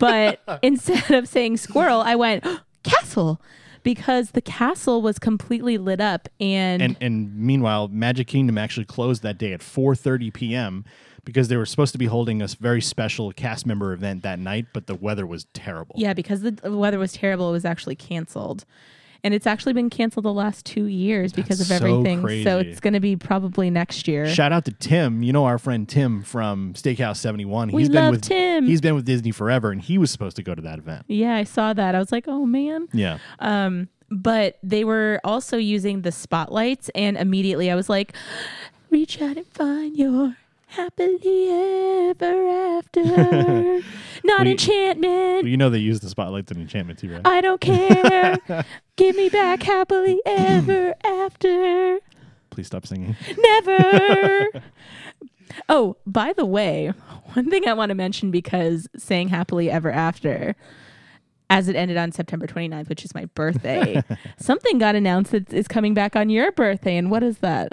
S2: but instead of saying squirrel, I went castle because the castle was completely lit up and.
S1: and and meanwhile, Magic Kingdom actually closed that day at 4:30 p.m. because they were supposed to be holding a s- very special cast member event that night, but the weather was terrible.
S2: yeah, because the the weather was terrible, it was actually canceled. And it's actually been canceled the last two years because of
S1: That's so
S2: everything. So
S1: crazy.
S2: it's going to be probably next year.
S1: Shout out to Tim, you know our friend Tim from Steakhouse 71.
S2: We
S1: been
S2: love
S1: with
S2: Tim.
S1: He's been with Disney forever and he was supposed to go to that event.
S2: yeah, I saw that. I was like, oh man.
S1: Yeah.
S2: but they were also using the spotlights and immediately i was like reach out and find your happily ever after not
S1: We-
S2: enchantment
S1: Well, you know they used the spotlights in Enchantment too, right?
S2: i don't care give me back happily ever after
S1: Please stop singing.
S2: never oh by the way one thing i want to mention because saying happily ever after as it ended on September 29th, which is my birthday, something got announced that is coming back on your birthday. And what is that?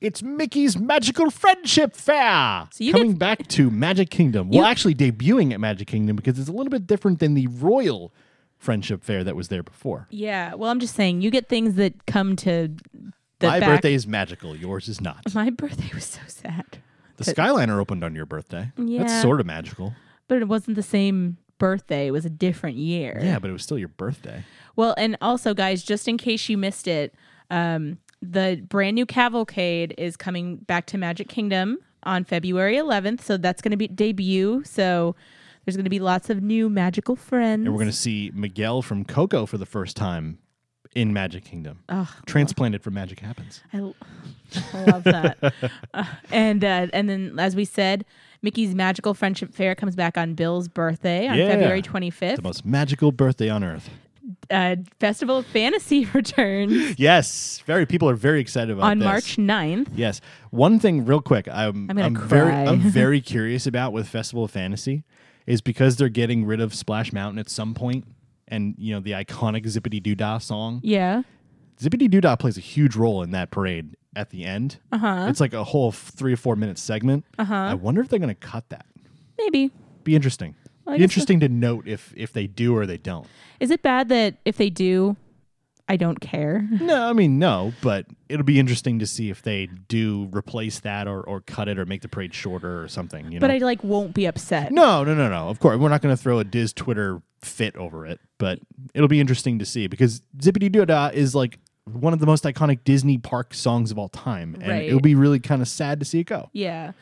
S1: It's Mickey's Magical Friendship Fair.
S2: So you
S1: coming
S2: get-
S1: back to Magic Kingdom. Well,
S2: You-
S1: actually debuting at Magic Kingdom because it's a little bit different than the Royal Friendship Fair that was there before.
S2: Yeah. Well, I'm just saying, you get things that come to the
S1: My
S2: back-
S1: birthday is magical. Yours is not.
S2: My birthday was so sad,
S1: The Skyliner opened on your birthday.
S2: Yeah.
S1: That's sort of magical.
S2: but it wasn't the same birthday. It was a different year.
S1: Yeah, but it was still your birthday.
S2: Well, and also, guys, just in case you missed it, um, the brand new cavalcade is coming back to Magic Kingdom on February 11th. So that's going to be debut. So there's going to be lots of new magical friends.
S1: And we're going to see Miguel from Coco for the first time in Magic Kingdom.
S2: Ugh.
S1: Transplanted from Magic Happens.
S2: I, l- I love that. Uh, and uh, and then, as we said, Mickey's Magical Friendship Fair comes back on Bill's birthday on
S1: Yeah.
S2: February
S1: The
S2: 25th.
S1: most magical birthday on earth.
S2: uh, Festival of Fantasy returns
S1: Yes, very people are very excited about
S2: on
S1: this.
S2: March 9th.
S1: Yes. One thing, real quick, I'm
S2: I'm gonna
S1: very
S2: cry.
S1: I'm very curious about with Festival of Fantasy is because they're getting rid of Splash Mountain at some point, and you know the iconic Zippity Doo Dah song.
S2: Yeah.
S1: Zippity Doo Dah plays a huge role in that parade at the end. Uh-huh. It's like a whole f- three or four minute segment. Uh-huh. I wonder if they're going to cut that.
S2: Maybe.
S1: Be interesting.
S2: Well,
S1: Be
S2: I guess
S1: interesting to note if if they do or they don't.
S2: Is it bad that if they do, I don't care?
S1: No, I mean no, but it'll be interesting to see if they do replace that or, or cut it or make the parade shorter or something. You know?
S2: But I like won't be upset.
S1: No, no, no, no. Of course, we're not going to throw a Diz Twitter fit over it, but it'll be interesting to see because Zippity Doo Dah is like one of the most iconic Disney park songs of all time, and
S2: Right.
S1: it'll be really kind of sad to see it go.
S2: Yeah.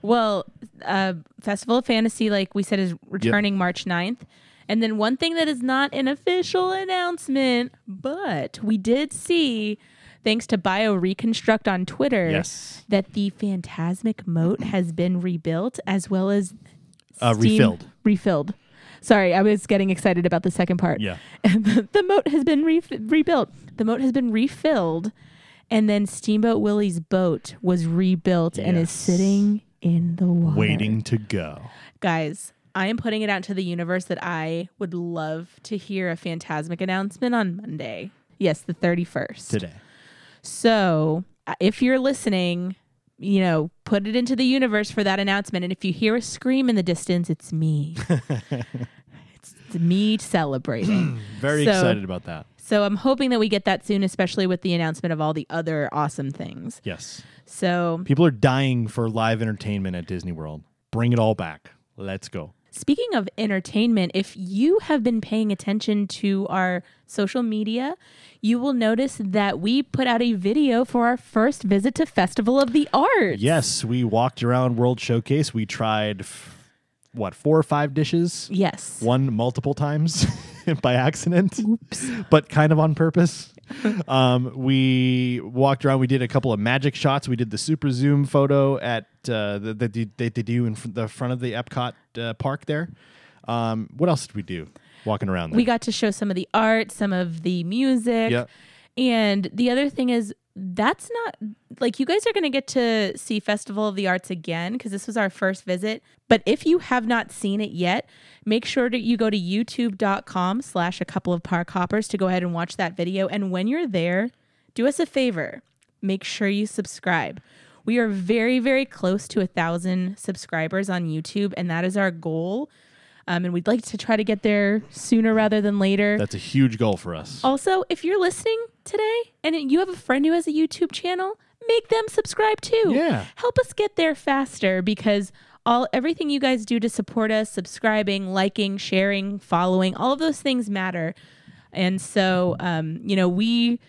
S2: Well, uh, Festival of Fantasy, like we said, is returning March 9th. And then one thing that is not an official announcement, but we did see, thanks to Bio Reconstruct on Twitter,
S1: Yes.
S2: that the Phantasmic Moat has been rebuilt as well as
S1: Uh,
S2: steam-
S1: refilled.
S2: Refilled. Sorry, I was getting excited about the second part.
S1: Yeah.
S2: the, the moat has been re- rebuilt. The moat has been refilled, and then Steamboat Willie's boat was rebuilt and is
S1: Yes.
S2: sitting in the water.
S1: Waiting to go.
S2: guys. I am putting it out to the universe that I would love to hear a phantasmic announcement on Monday. Yes, the thirty first.
S1: Today.
S2: So uh, if you're listening, you know, put it into the universe for that announcement. And if you hear a scream in the distance, it's me. it's, it's me celebrating.
S1: Very
S2: So-
S1: excited about that.
S2: so I'm hoping that we get that soon, especially with the announcement of all the other awesome things.
S1: Yes.
S2: So
S1: People are dying for live entertainment at Disney World. Bring it all back. Let's go.
S2: Speaking of entertainment, if you have been paying attention to our social media, you will notice that we put out a video for our first visit to Festival of the Arts.
S1: Yes, we walked around World Showcase. We tried, f- what, four or five dishes?
S2: Yes.
S1: One multiple times. by accident, but kind of on purpose. Um, we walked around. We did a couple of magic shots. We did the super zoom photo at uh, that the, they- they, they do in fr- the front of the Epcot uh, park there. Um, what else did we do walking around there?
S2: We got to show some of the art, some of the music.
S1: Yep.
S2: And the other thing is, that's not like you guys are going to get to see Festival of the Arts again because this was our first visit. But if you have not seen it yet, make sure that you go to youtube.com slash a couple of park hoppers to go ahead and watch that video. And when you're there, do us a favor make sure you subscribe. We are very, very close to a thousand subscribers on YouTube, and that is our goal. Um, and we'd like to try to get there sooner rather than later.
S1: That's a huge goal for us.
S2: Also, if you're listening today and you have a friend who has a YouTube channel, make them subscribe too.
S1: Yeah.
S2: Help us get there faster because all everything you guys do to support us, subscribing, liking, sharing, following, all of those things matter. And so, um, you know, we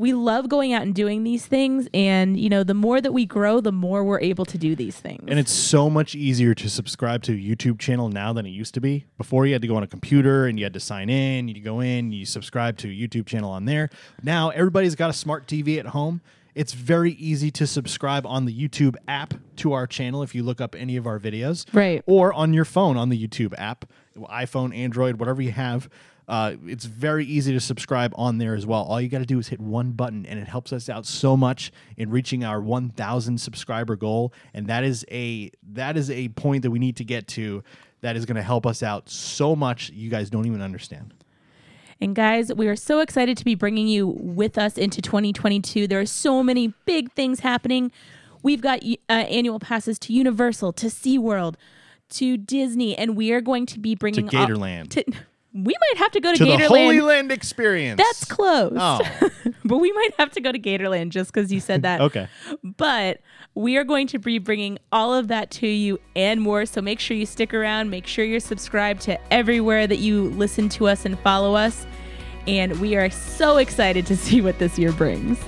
S2: we love going out and doing these things and you know, the more that we grow, the more we're able to do these things.
S1: And it's so much easier to subscribe to a YouTube channel now than it used to be. Before you had to go on a computer and you had to sign in, you go in, you subscribe to a YouTube channel on there. Now everybody's got a smart TV at home. It's very easy to subscribe on the YouTube app to our channel if you look up any of our videos.
S2: Right.
S1: Or on your phone on the YouTube app, iPhone, Android, whatever you have. Uh, it's very easy to subscribe on there as well. All you got to do is hit one button, and it helps us out so much in reaching our 1,000 subscriber goal. And that is a that is a point that we need to get to. That is going to help us out so much. You guys don't even understand.
S2: And guys, we are so excited to be bringing you with us into 2022. There are so many big things happening. We've got uh, annual passes to Universal, to SeaWorld, to Disney, and we are going to be bringing all-
S1: Gatorland.
S2: to- we might have to go to,
S1: To
S2: Gatorland.
S1: the Holy Land experience.
S2: That's close.
S1: Oh,
S2: But we might have to go to Gatorland just because you said that.
S1: okay.
S2: But we are going to be bringing all of that to you and more. So make sure you stick around. Make sure you're subscribed to everywhere that you listen to us and follow us. And we are so excited to see what this year brings.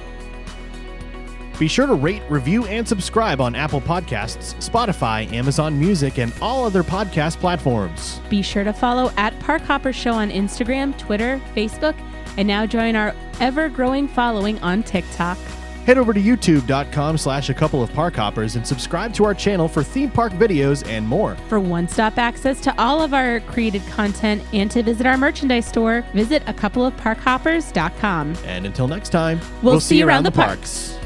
S1: Be sure to rate, review, and subscribe on Apple Podcasts, Spotify, Amazon Music, and all other podcast platforms.
S2: Be sure to follow at Park Hopper Show on Instagram, Twitter, Facebook, and now join our ever growing following on TikTok.
S1: Head over to youtube.com slash a couple of park hoppers and subscribe to our channel for theme park videos and more.
S2: For one stop access to all of our created content and to visit our merchandise store, visit a couple of parkhoppers.com.
S1: And until next time,
S2: We'll see you around the parks.